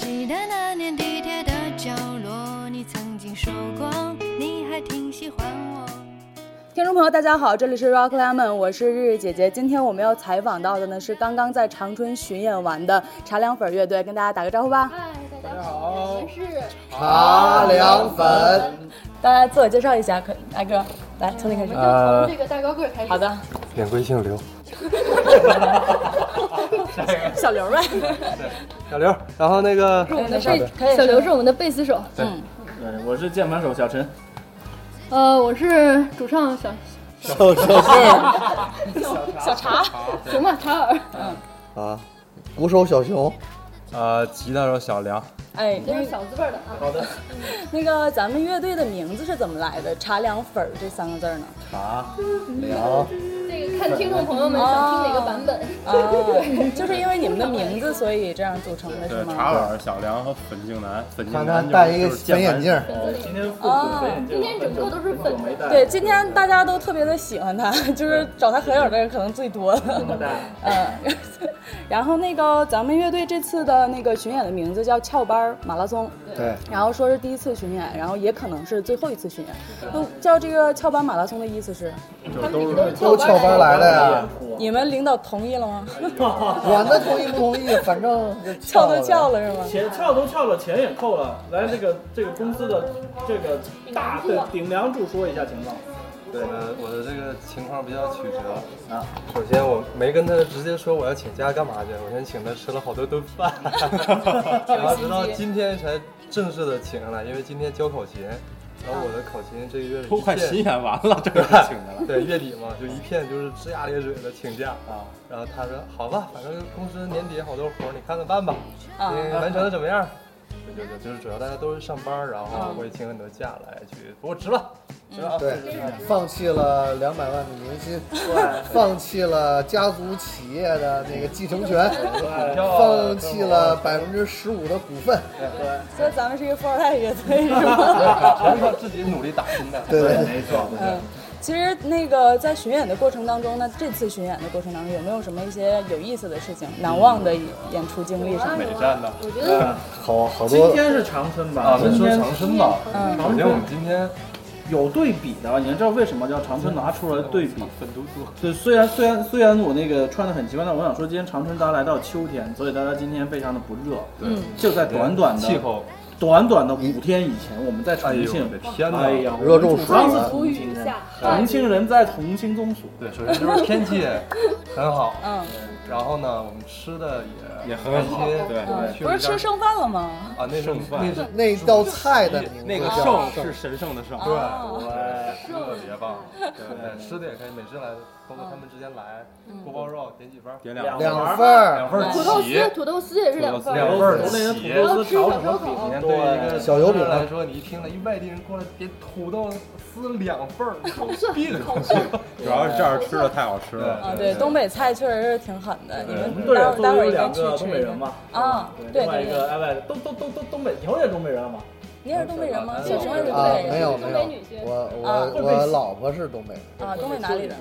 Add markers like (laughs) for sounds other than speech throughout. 记得那年地铁的角落，你曾经说过，你还挺喜欢我。听众朋友，大家好，这里是 Rock Lemon，我是日日姐姐。今天我们要采访到的呢是刚刚在长春巡演完的茶凉粉乐队，跟大家打个招呼吧。嗨，大家好，我们是茶凉粉，大家自我介绍一下，可挨个来，从你开始。从这个大高个儿开始。好，的，免贵姓刘， (laughs) 小刘呗， (laughs) 小刘。然后那个我们的贝可以小刘是我们的贝斯手，对，我是键盘手小陈。呃，我是主唱小，手手背小茶，行吧，塔尔，啊，鼓手小熊，呃，吉他手小梁。哎，都那是小字辈儿的啊。那个咱们乐队的名字是怎么来的？茶凉粉儿这三个字 (laughs) 儿呢？茶凉这个看听众朋友们想听哪个版本。啊，就是因为你们的名字，所以这样组成的是对，吗？茶碗、小梁和粉镜男，粉镜看男他就是戴一个就是键粉眼盘镜，粉色的天复哦古飞眼镜今天整个都是粉的。对，今天大家都特别的喜欢他， (laughs) 就是找他合影的人可能最多了。嗯， (laughs) 然后那个咱们乐队这次的那个巡演的名字叫翘班儿马拉松，对，然后说是第一次巡演，然后也可能是最后一次巡演。那叫这个翘班马拉松的意思是，就都是都翘班来的呀。你们领导同意了 (laughs) 吗？管他同意不同意，反正就翘都翘翘了。了是吗？钱翘都翘了，钱也扣了。来，这个这个公司的这个大对顶梁柱说一下情况。对，我的这个情况比较曲折啊。首先我没跟他直接说我要请假干嘛去，我先请他吃了好多顿饭，然后直到今天才正式的请上来，因为今天教考勤，然后我的考勤这个月是都哦快一片巡演完了，这个请的了。对，月底嘛，就一片就是龇牙咧嘴的请假啊。然后他说：“好吧，反正公司年底好多活儿，你看看办吧。啊你完成的怎么样？” (laughs) 就就就是主要大家都是上班儿，然后我也请很多假来去，不过值了，值了啊。对是是，放弃了两百万的年薪，放弃了家族企业的那个继承权，股票啊放弃了百分之十五的股份。所以咱们是一个富二代乐队是吗？ (laughs) 全靠自己努力打拼的。对对对，没错，嗯，其实那个在巡演的过程当中呢，这次巡演的过程当中有没有什么一些有意思的事情、难忘的演出经历什么的？美站的我觉得好好今多天是长春吧？啊，先说长春吧。嗯首先我们今天有对比的，你知道为什么叫长春拿出来对比？粉嘟嘟，对，虽然虽然虽然我那个穿的很奇怪，但我想说，今天长春大家来到秋天，所以大家今天非常的不热。对，就在短短的气候，短短的五天以前，我们在哎重呦庆我的，天哎哪！呀，热中暑主要是了同无语下重庆人在同庆中暑，对，首先就是天气很好， (laughs) 嗯，然后呢，我们吃的也也很好开心对嗯去不了是一家吃剩饭了吗？啊，那是剩饭那是那道菜的那名字个叫圣是神圣的圣，对，哦对特别棒，对，吃的也可以，美食来，包括他们之前来嗯锅包肉点几份儿，点两两两份儿两。份土豆儿丝，起，土豆丝也是两份儿。两份儿我那人起土豆丝炒什么你饼？看对于一个小油饼来说，你一听了一外地人过来点土豆丝两份 (laughs) 儿，有病，主要是这儿吃的太好吃了。啊，对，东北菜确实是挺狠的，你我们们队待友会待都会有儿应该两去个吃东北一人下。嘛，啊，对另外对一个对，哎外都都都都东北，你也是东北人吗？你也是东北人吗？小确实时是候是东啊北，人没有东没北有女婿，我啊我我老婆是东北人，啊，东北哪里的？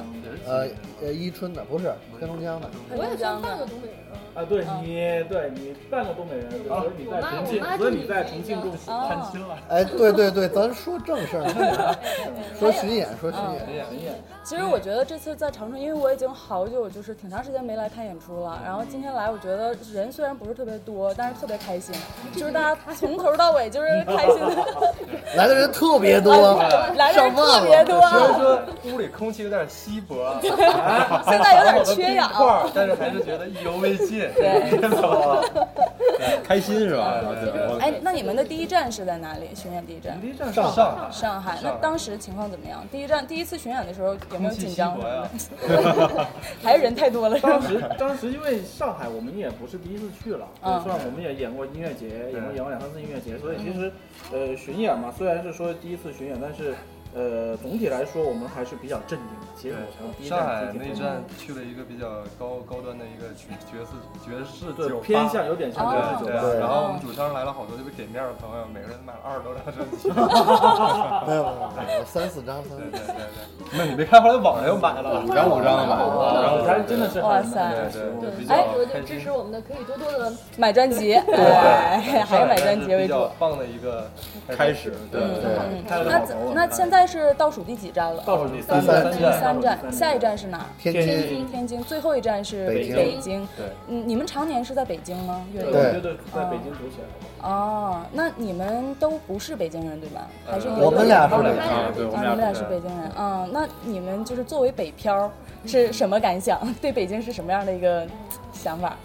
呃呃，伊春的不是黑龙江的，我也黑算龙江半个的。东北人啊。啊，对嗯你对你半个东北人，所以你在重我庆，妈所以你在重庆中暑。啊，哎，对对对，咱说正事儿，啊说巡演，说巡嗯演，其实我觉得这次在长春，因为我已经好久就是挺长时间没来看演出了，然后今天来，我觉得人虽然不是特别多，但是特别开心，就是大家从头到尾就是开心的。来的人特别多，来的人上特万别了。多，虽然说屋里空气有点稀薄， (laughs) 现在有点缺氧。块儿，但是还是觉得意犹未尽， (laughs) 对吧？开心是吧？我哎，那你们的第一站是在哪里？巡演第一站，上上上海。那当时情况怎么样？第一站第一次巡演的时候有没空有气紧稀张薄？呀， (laughs) 还是人 (laughs) 太多了是当吗？时当时因为上海我们也不是第一次去了，嗯对，虽然我们也演过音乐节，演过演过两三次音乐节，所以其实呃巡演嘛，虽然是说第一次巡演，但是呃总体来说我们还是比较镇定的。其实我从第一上海站那第一一站去了一个比较高高端的一个爵爵士爵士酒对吧，偏向有点哦像爵士对对酒吧啊，对然后我们主唱来了好多特别给面儿的朋友，每个人买了二十多张专辑。 (laughs) 没有没有没有，三四张，三对四张。对对对，那你别看，后来网上又买了。五张五张的买，啊五啊张舞五张台真的是哇很塞难对对对，比较所哎以我就支持我们的，可以多多的买专辑，对，还是买专辑为比主较。棒的一个开始，对嗯对，那那现在是倒数第几站了？倒数第第三站，第三站，下一站站是哪？天天津津。天津，最后一站是北京北京。对嗯，你们常年是在北京吗？乐我队？觉得在北京读起来，哦，那你们都不是北京人对吧？还是呃你我们俩是北京啊，对我啊，们你俩们俩是是北京人，嗯，那你们就是作为北漂嗯是什么感想？ (laughs) 对北京是什么样的一个想法、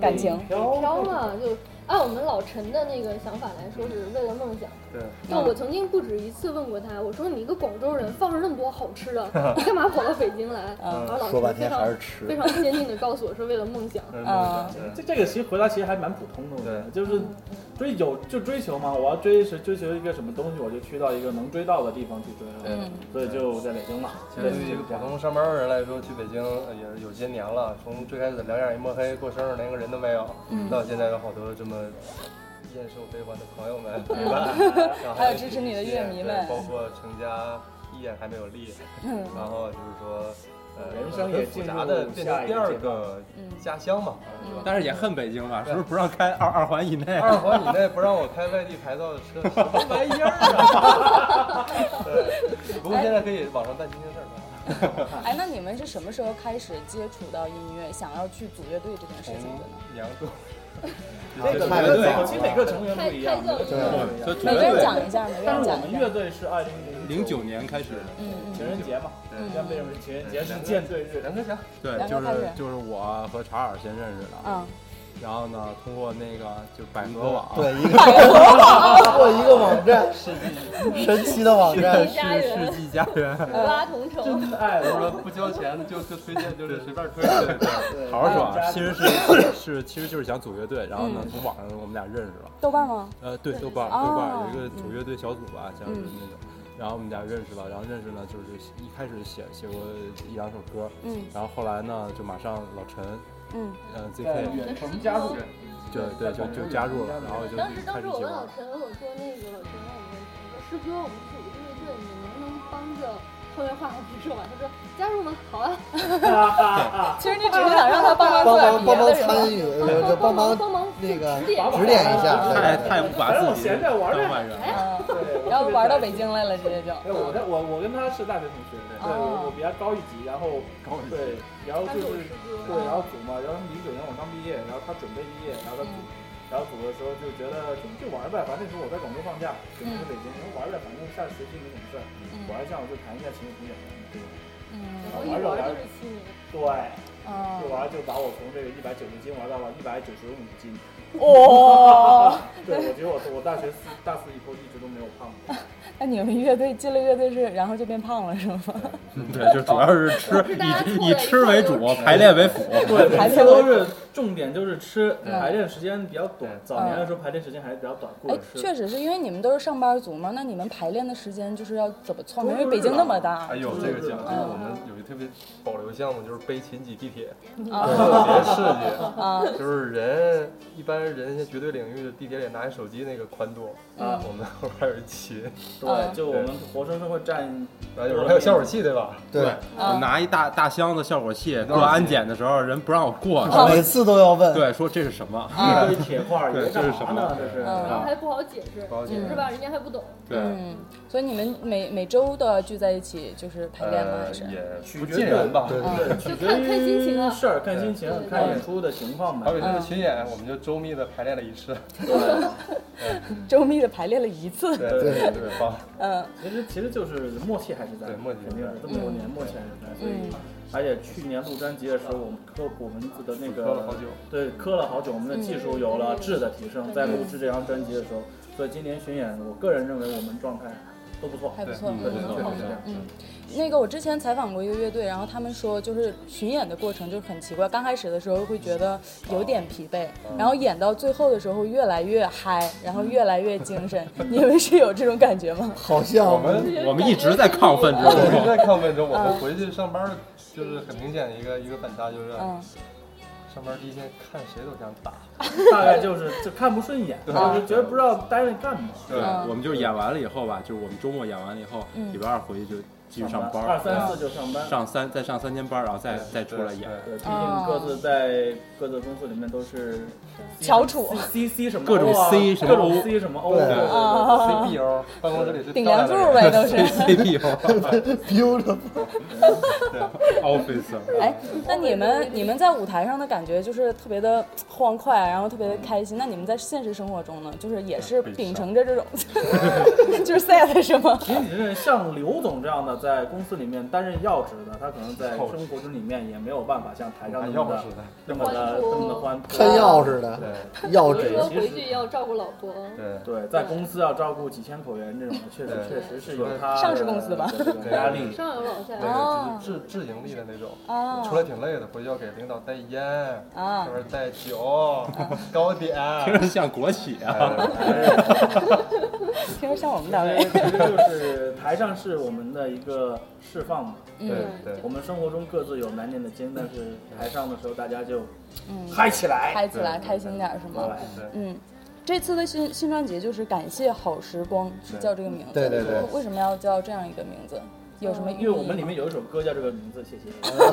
感情？飘嘛，啊就哎按我们老陈的那个想法来说，是为了梦想。对，就我曾经不止一次问过他，我说你一个广州人，放着那么多好吃的，你干嘛跑到北京来？嗯然后老说半陈非天还常是吃非，常坚定的告诉我说，为了梦想。啊这这个其实回答其实还蛮普通的，我觉得就是追有就追求嘛，我要追是追求一个什么东西，我就去到一个能追到的地方去追了，嗯，所以就在北京嘛。其实对于一个普通上班的人来说，去北京呃也是有些年了，从最开始两眼一抹黑过生日连个人都没有，嗯到现在有好多这么艳瘦悲欢的朋友 (laughs) 们陪伴，然后还有支持你的乐迷们嗯对包括成家一眼还没有立，然后就是说。呃，人生也很复杂的变成第二个嗯家乡嘛，是嗯吧但是也恨北京吧，是不是不让开二二环以内？啊二环以内不让我开外地牌照的车，什么玩意儿啊！ (laughs) 对，不过现在可以网上办亲情证了。哎，那你们是什么时候开始接触到音乐，想要去组乐队这件事红情的呢？娘沟，这个每买个得早每其实每个成员不一样，每个成员不一样。对，每个人对讲一下，每个但人是我讲们一乐下。队是二零零九年开始，嗯嗯情人节嘛，人家为什么情人节是舰队日？梁克祥，对，然后就开始是就是我和查尔先认识的，嗯，然后呢，通过那个就百合网，对一个 (laughs) 过一个网站，神奇的网站，世纪家园世纪佳缘，五 (laughs) 八同城，爱就是说不交钱就就推荐，就是随便推。对对好好说啊，其实是是其实就是想组乐队，然后呢，嗯从网上我们俩认识了，豆瓣吗？呃，对，豆瓣儿哦豆瓣儿有一个组乐队小组吧，像嗯是那种。然后我们俩认识了，然后认识呢，就是一开始写写过一两首歌，嗯然后后来呢，就马上老陈，嗯，呃在，ZK，远程加 (laughs) 入，就对就就加入了，然后就当时开当始时我写玩问老。陈，我说那个老陈让我们我说师哥，我们组个乐队，你能不能帮着后面画个不是吗？他说加入吗？好啊，其实你只是想让他帮忙帮做忙帮点别忙的，是吧？参与，呃就帮帮忙帮忙那个指点一下指点一下，太对太不把自己当外人了，嗯，对，然后玩到北京来了，直接就。嗯哎，我跟我我跟他是大学同学，对，哦我我比他高一级，然后高一级对，然后他就组是师哥，对，然后组嘛，然后零九年我刚毕业，然后他准备毕业，然后他嗯组，然后组的时候就觉得就就玩呗，反正那时候我在广州放假，准备嗯去北京，然后玩呗，反正下学期没什么事儿，我还想我就谈一下情侣同学，对，嗯我一玩就是七年，对，嗯就。玩就把我从这个一百九十斤玩到了一百九十五 (laughs) 斤， (laughs) 哇，对，我觉得我我大学四大四以后一直都没有胖过，那你们乐队进了乐队是，然后就变胖了是吗？对，就主要是吃，以以吃为主，排练为辅。 (laughs) 对，排每次练都为主是重点就是吃，嗯排练时间比较短嗯，早年的时候排练时间还是比较短，顾 (laughs) 哎着，吃。确实是因为你们都是上班族嘛，那你们排练的时间就是要怎么凑？周因日啊为北京那么大哎，呦，这个讲，就是我们有一特别保留项目，就是背琴挤地铁，啊特啊别刺激。 (laughs) 就是人一般人家绝对领域的地铁里拿一手机那个宽度，啊嗯我们后边有一 (laughs) 琴，对，就我们活生生会占，然后有时候还有效果器，对吧？对，我拿一大大箱子效果器嗯过安检的时候，人不让我过，对啊每次都要问，对，说这是什么？一堆铁 (laughs) 块儿，以为对这是干什嘛么呢？这是。嗯然后还不好解释，好解释是吧？人家还不懂，对，嗯，所以你们每每周都要聚在一起，就是排练吗？还呃，是？也不尽然吧。对对，取决看看心于情了事儿，看心情，看演出的情况好吧比。嗯这个群演，我们就周密的排练了一 (laughs) 次。周密的排练了一次，对对对，好，嗯其实其实就是默契还是在，对默契肯定是这么多年默契还是在，所以嗯。而且去年录专辑的时候，我们磕我们的那个磕了好久，对，磕了好久，我们的技术有嗯了质的提升，在录制这张专辑的时候，所以今年巡演，我个人认为我们状态都不错，还不错，对，嗯确实是这样。那个我之前采访过一个乐队，然后他们说就是巡演的过程就是很奇怪，刚开始的时候会觉得有点疲惫，然后演到最后的时候越来越嗨，然后越来越精神。你们是有这种感觉吗？好像我们我们一直在亢奋之嗯我们中。在亢奋中，我们回去上班儿就是很明显一个一个反差，就是嗯，上班第一天看谁都想打。大概就是就看不顺眼，就是觉得不知道待着干嘛。对，我们就是演完了以后吧，就是我们周末演完了以后，礼拜二回去就继续上班二儿，三四就上班。上三再上三天班儿，然后再再出来演。 (laughs) 对，毕哦竟各自在各自公司里面都是翘楚 C C 什么各种 O 啊 C 什么各种 O C 什么 O 对对啊对对，CPO 办公室里是顶梁柱呗，都是。 (laughs) CPU (laughs) 丢了。 office 哎，那你们你们在舞台上的感觉就是特别的欢快，啊然后特别的开心。那你们在现实生活中呢，就是也哎是秉承着这种， (laughs) 就是 sad 是吗？仅仅是像刘总这样的在公司里面担任要职的，他可能在生活中里面也没有办法像台上拿那钥么匙的的，那么的那么的欢啊喷脱。钥匙的，对钥比如匙说回去要照顾老婆，对。对，在公司要照顾几千口人这种的，确实对确实是有他上市公司吧的这种压力。上有老啊下有对小。哦，就是自自营力的那种，哦出来挺累的，回去要给领导带烟，啊是不是带酒、哦 (laughs) 糕 (laughs) 点？哎听着 (laughs) 像国企啊。嗯听着像我们单对位。其实就是台上是我们的一个释放嘛，对嗯对我们生活中各自有难念的经，但是台上的时候大家就嗯嗨起来。嗨起来，开心点儿是吗？对，嗯，这次的新新专辑就是《感谢好时光》，是叫这个名字。对对对为什么要叫这样一个名字？有什么寓因意为我们里吗面有一首歌叫这个名字，谢谢。对对，到到哎 (laughs)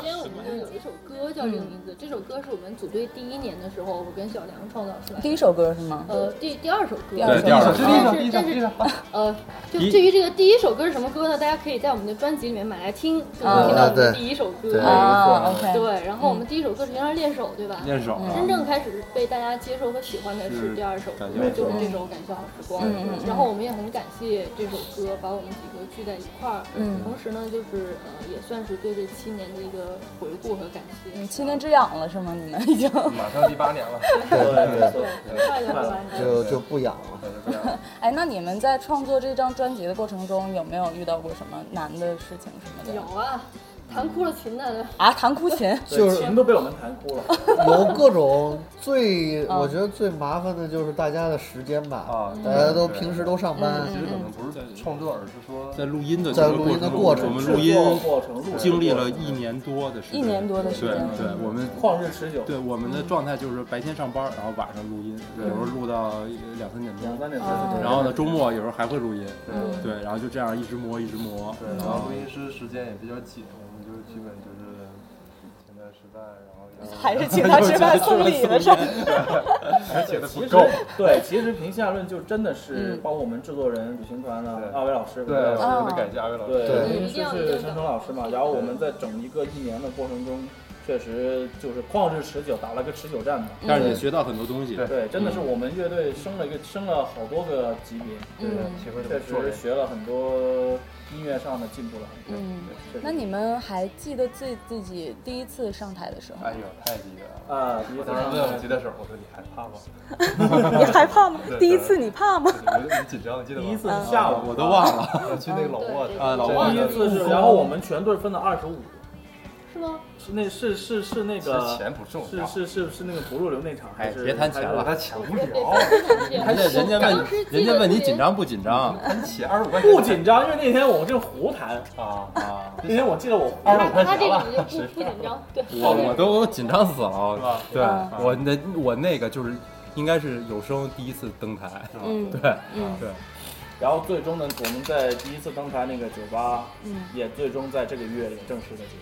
首先，我们有一首歌叫这个名字，这首歌是我们组队第一年的时候，我跟小梁创造出来的。第一首歌是吗？呃，第第二首歌，第二首对第二首哎第一首，但第一是首，第但一是首，呃，就一至于这个第一首歌是什么歌呢？大家可以在我们的专辑里面买来听，就能听到我们对的第一首歌。对啊，OK，对，然后我们第一首歌实际上是练手，对吧？练手啊，真正开始被大家接受和喜欢的是是第二首歌感谢好，就时是这首《感谢好时光》嗯嗯嗯然后我们也很感谢这首歌把我们几个聚在一块儿，嗯同时呢，就是呃，也算是对这七年的一个回顾和感谢。嗯，七年之痒了是吗？你们已经。马上第八年 (laughs) 了，对没错对，很快就完这了。就就不养了。那就不一样了。哎，那你们在创作这张专辑的过程中，有没有遇到过什么难的事情什么有的？啊，弹哭了琴的，啊，弹哭琴，就对，是琴都被我们弹哭了。有各种最，嗯我觉得最麻烦的就是大家的时间吧。啊，大嗯家都平时都上班其，实可能不是在创作，而是说在录音的在这个录音的过过程中，我程们制录音作过程录制经历过了程一年多的时间，一年多的时对间。嗯对，我们旷日持久，对我们的状态就是白天上班，然后晚上录音，有时候嗯录到两三点两钟，三点四哦十。然后呢周末有时候还会录音，嗯对，然后就这样一直磨一直磨，对，然后录音师时间也比较紧，我们就是基本就是请他吃饭，然后然后 (laughs) 还是请他吃饭送礼的事儿。 (laughs) 还写的哎其不实够，对，其实评下论就真的是嗯哦包括我们制作人、旅行团的对二位老师，对，对我们得感谢二位老师。嗯对对，是是陈诚老师嘛。然后我们在整一个一年的过程中，确实就是旷日持久，打了个持久战嘛。嗯但是也学到很多东西，对对，真的是嗯我们乐队升了一个升了好多个级别，对，嗯体会确怎么做实人。学了很多音乐上的进步了很多。嗯，确实那你们还记得自自己第一次上台的时 (laughs) 候，哎呦，太低了！啊，第一我次当时上问我台吉他手，我说你害怕 (laughs) 吗？你害怕吗对第一次你怕吗？你你紧张，记得吗？啊第一次是下午，啊嗯我都忘了，我去那个老挝的，啊老挝挝第一的次是，然后我们全队分了二十五，是吗？是那是是是那其个实钱不重是要，是是是那个不入流那场，还哎是别谈钱把了它抢啊不哦了，人家人家问当时记得人家问你特别紧张不紧张谈钱二十五块钱不紧张，因为那天我正胡谈，啊！啊？那天我记得我胡二十谈五块他这钱个你哦就了，哦不不紧张， (laughs) 对，我我都紧张死了，是吧对嗯我那我那个就是应该是有生第一次登台，嗯对嗯对，然后最终呢，我们在第一次登台那个酒吧，嗯，也最终在这个月也正式的结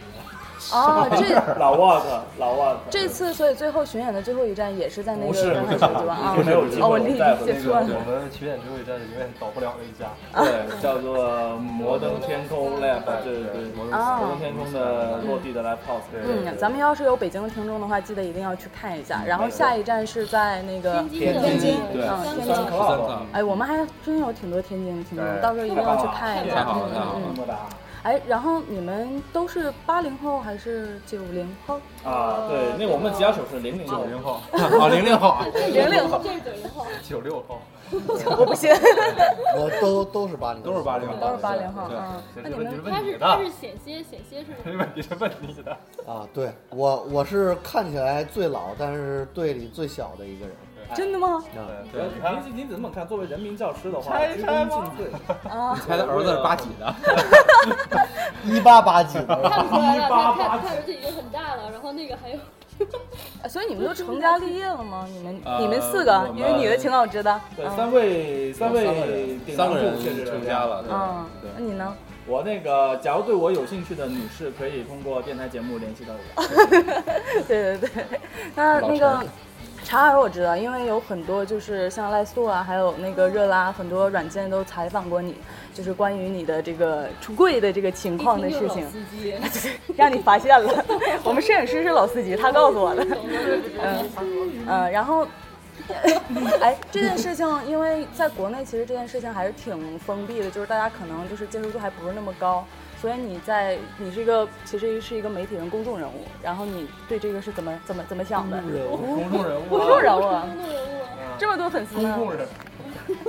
(laughs) 哦，这束。老 work，老 work，这次所以最后巡演的最后一站也是在那个不是上不海是对吧？啊，不是有机会哦，我我理带回解那个错了。我们巡演最后一站永远倒不了那一家，啊对叫做摩登天空 lab，对对对，摩啊登天空的落地的 live house，对对嗯，咱们要是有北京的听众的话，记得一定要去看一下。然后下一站是在那个天津的天津对三天个津三十三趟，哎，我们还真有挺多天津的听众，对到时候一定要去看一太下。好了太好了么么哒哎，然后你们都是八零后还是九零后？啊！对，那我们吉他手是零零九九零嗯后，哦零零后，零零后，这是九零后，九六后， (laughs) 我不信，我都都是八零，都是八零后， (laughs) 都是八零后对啊。这那是你 (laughs) 问题是们他问你是他的是，险些险些是这 (laughs) 问题是问你的，啊。对我我是看起来最老，但是队里最小的一个人。真的吗？啊，对对，你看您您怎么看？作为人民教师的话，拆鞠拆躬吗尽瘁。啊，猜他儿子是八几的，一八八几的， (laughs) 看不出来了，他他他儿子已经很大了，然后那个还有啊所以你们都成家立业了吗？你们呃你们四个我，们因为你的情况我知道。对，嗯三位三位三个人顶三个梁柱确实人成家了，了。对嗯，对那。你呢？ (laughs) 我那个，假如对我有兴趣的女士，可以通过电台节目联系到我。对对对，那老那个陈茶耳我知道，因为有很多就是像赖素啊，还有那个热拉，很多软件都采访过你，就是关于你的这个出柜的这个情况的事情，司机， (laughs) 让你发现了。我们摄影师是老司机，他告诉我的。嗯，然后，哎，这件事情，因为在国内其实这件事情还是挺封闭的，就是大家可能就是接受度还不是那么高，所以你在你是一个其实是一个媒体人、公众人物，然后你对这个是怎么怎么怎么想的？公众人物公啊，众人物啊，公众人物，这么多粉丝啊呢，人物，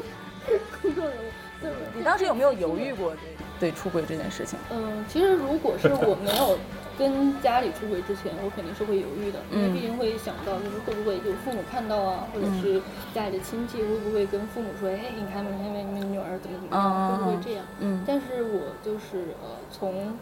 公众人物，就是你当时有没有犹豫过对出轨这件事情？嗯，其实如果是我没有跟家里出轨之前，我肯定是会犹豫的，因为嗯毕竟会想到就是会不会有父母看到啊，或者嗯是家里的亲戚会不会跟父母说，哎，你看没看没没女儿怎么怎么嗯样，会嗯不会这样？嗯但是我就是呃从。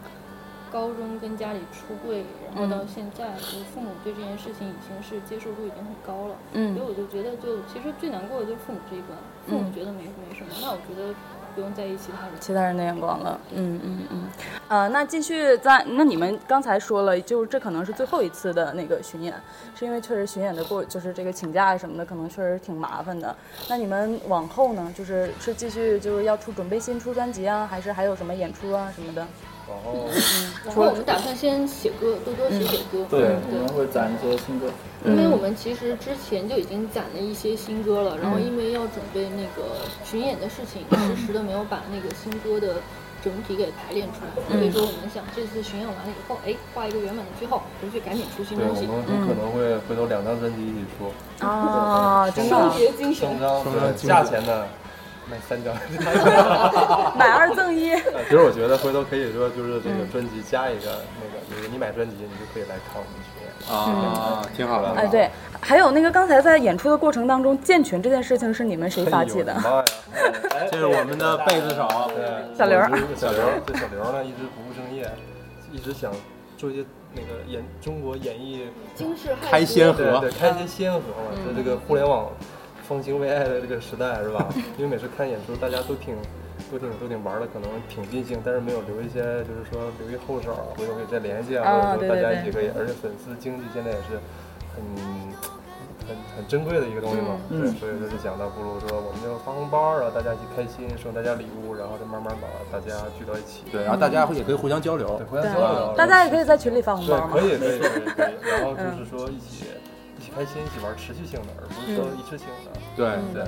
高中跟家里出柜，然嗯后到现在，就是父母对这件事情已经是接受度已经很高了，所以嗯我就觉得就，其实最难过的就是父母这一关，父母嗯觉得没没什么，那我觉得不用在意其他人。其他人的眼光了，嗯嗯嗯，呃，那继续在那你们刚才说了，就是这可能是最后一次的那个巡演，是因为确实巡演的过就是这个请假什么的，可能确实挺麻烦的。那你们往后呢，就是是继续就是要出准备新出专辑啊，还是还有什么演出啊什么的？然后嗯然后我们打算先写歌，多多写写歌。对，嗯我们会攒一些新歌。嗯因为我们其实之前就已经攒了一些新歌了，然后嗯因为要准备那个巡演的事情，实时的没有把那个新歌的整体给排练出来，嗯所以说我们想这次巡演完了以后，哎，画一个圆满的句号，回去赶紧出新对，东我西。们很可能会回头两张专辑一起嗯出，啊，真的双啊，节精神上，张双张对精价选钱呢，卖三 (laughs) 张。买二赠一，其实我觉得回头可以说就是这个专辑加一个那个，就是你买专辑你就可以来看我们巡演。啊，挺好的。哎，对，还有那个刚才在演出的过程当中，建群这件事情是你们谁哎呦发起的我？妈呀！哎这是我们的贝斯手，对，小刘儿我就是小刘儿，这小刘儿呢一直不务正业，一直想做一些那个演中国演艺惊世骇开俗先对河对，开一些先河嘛，嗯在这个互联网风情为爱的这个时代是吧？ (laughs) 因为每次看演出，大家都挺。都挺都挺玩的，可能挺尽兴，但是没有留一些，就是说留一后手，回头可以再联系啊啊，或者对说大对家对一起可以，而且粉丝经济现在也是很很很珍贵的一个东西嘛，嗯对，嗯所以说就想到不如说我们就发红包，啊然后大家一起开心，送大家礼物，然后再慢慢把大家聚到一起，对，然后大家会也可以互相交流对，。互相交流，大家也可以在群里发红对包，嘛可。以可以可以可以，然后就是说一起一起开心，一起玩持续性的，而不嗯是说一次性的。对对，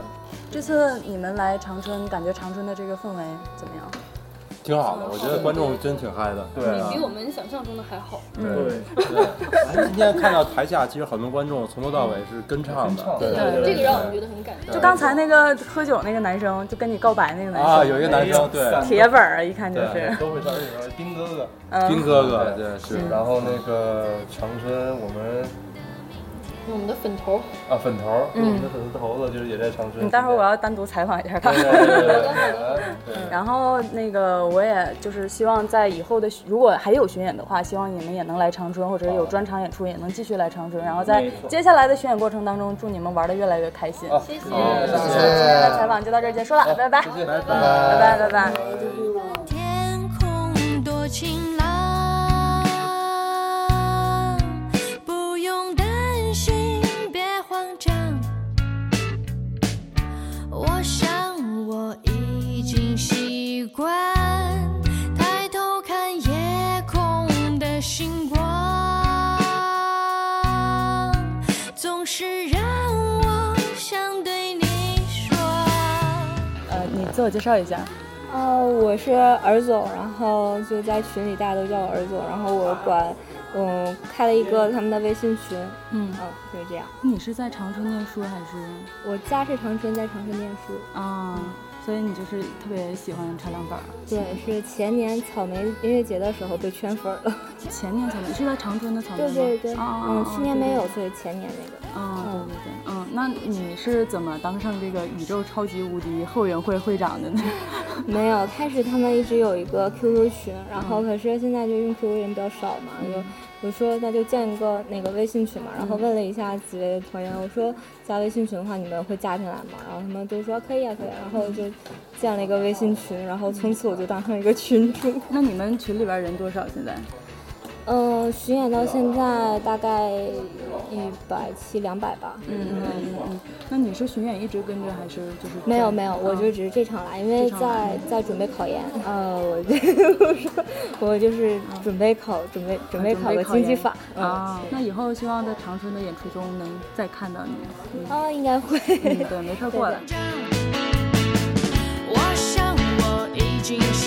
这次你们来长春，感觉长春的这个氛围怎么样？挺好的，我觉得观众真挺嗨嗯的。对啊比我们想象中的还好。对，对，今天看到台下，其实很多观众从头到尾是跟唱的。对对这个让我们觉得很感动。就刚才那个喝酒那个男生，就跟你告白那个男生，啊，有一个男生，对，铁粉儿啊，一看就是 (laughs) 对，都会在日本丁哥哥。丁嗯，哥哥，对，是然后那个长春，我们我们的粉头，啊粉头儿，我们的粉丝头子就是也在长春。嗯你嗯待会儿我要单独采访一下他。对。 (laughs) 对对对对对然后那个我也就是希望在以后的如果还有巡演的话，希望你们也能来长春，或者有专场演出也能继续来长春。然后在没错接下来的巡演过程当中，祝你们玩的越来越开心。啊好，谢谢。今天的采访就到这儿结束了，拜拜，谢谢拜拜，拜拜。天空多晴朗，不用担心，别慌张。我想我已经习惯抬头看夜空的星光，总是让我想对你说。呃，你自我介绍一下。哦，我是儿总，然后就在群里大家都叫我儿总，然后我管，嗯，开了一个他们的微信群，嗯嗯，就是这样。你是在长春念书还是我家是长春，在长春念书，啊？所以你就是特别喜欢茶凉粉儿。对，是前年草莓音乐节的时候被圈粉儿了，前年草莓是在长春的草莓对吗？对对，啊啊嗯，啊去年没有，对所以前年那个，对啊，对对对，嗯，那你是怎么当上这个宇宙超级无敌后援会会长的呢？ (laughs) 没有。嗯开始他们一直有一个 QQ 群，然后可是现在就用 QQ 人比较少嘛，就。我说那就建一个那个微信群嘛，然后问了一下几位团员，我说加微信群的话，你们会加进来吗？然后他们都说可以啊，可以啊，然后就建了一个微信群，然后从此我就当上一个群 (laughs) 主。那你们群里边人多少？现在嗯，巡演到现在大概一百七两百吧。嗯那你是巡演一直跟着还是就是嗯啊没有没有，我就只是这场来，因为嗯这场来在在准备考研。呃，我就我说我就是准备考，准备准备考个经济法。嗯啊？那以后希望在长春的演出中能再看到你。嗯啊，应该会。 (laughs) 嗯，对，没事儿过来。我想我已经习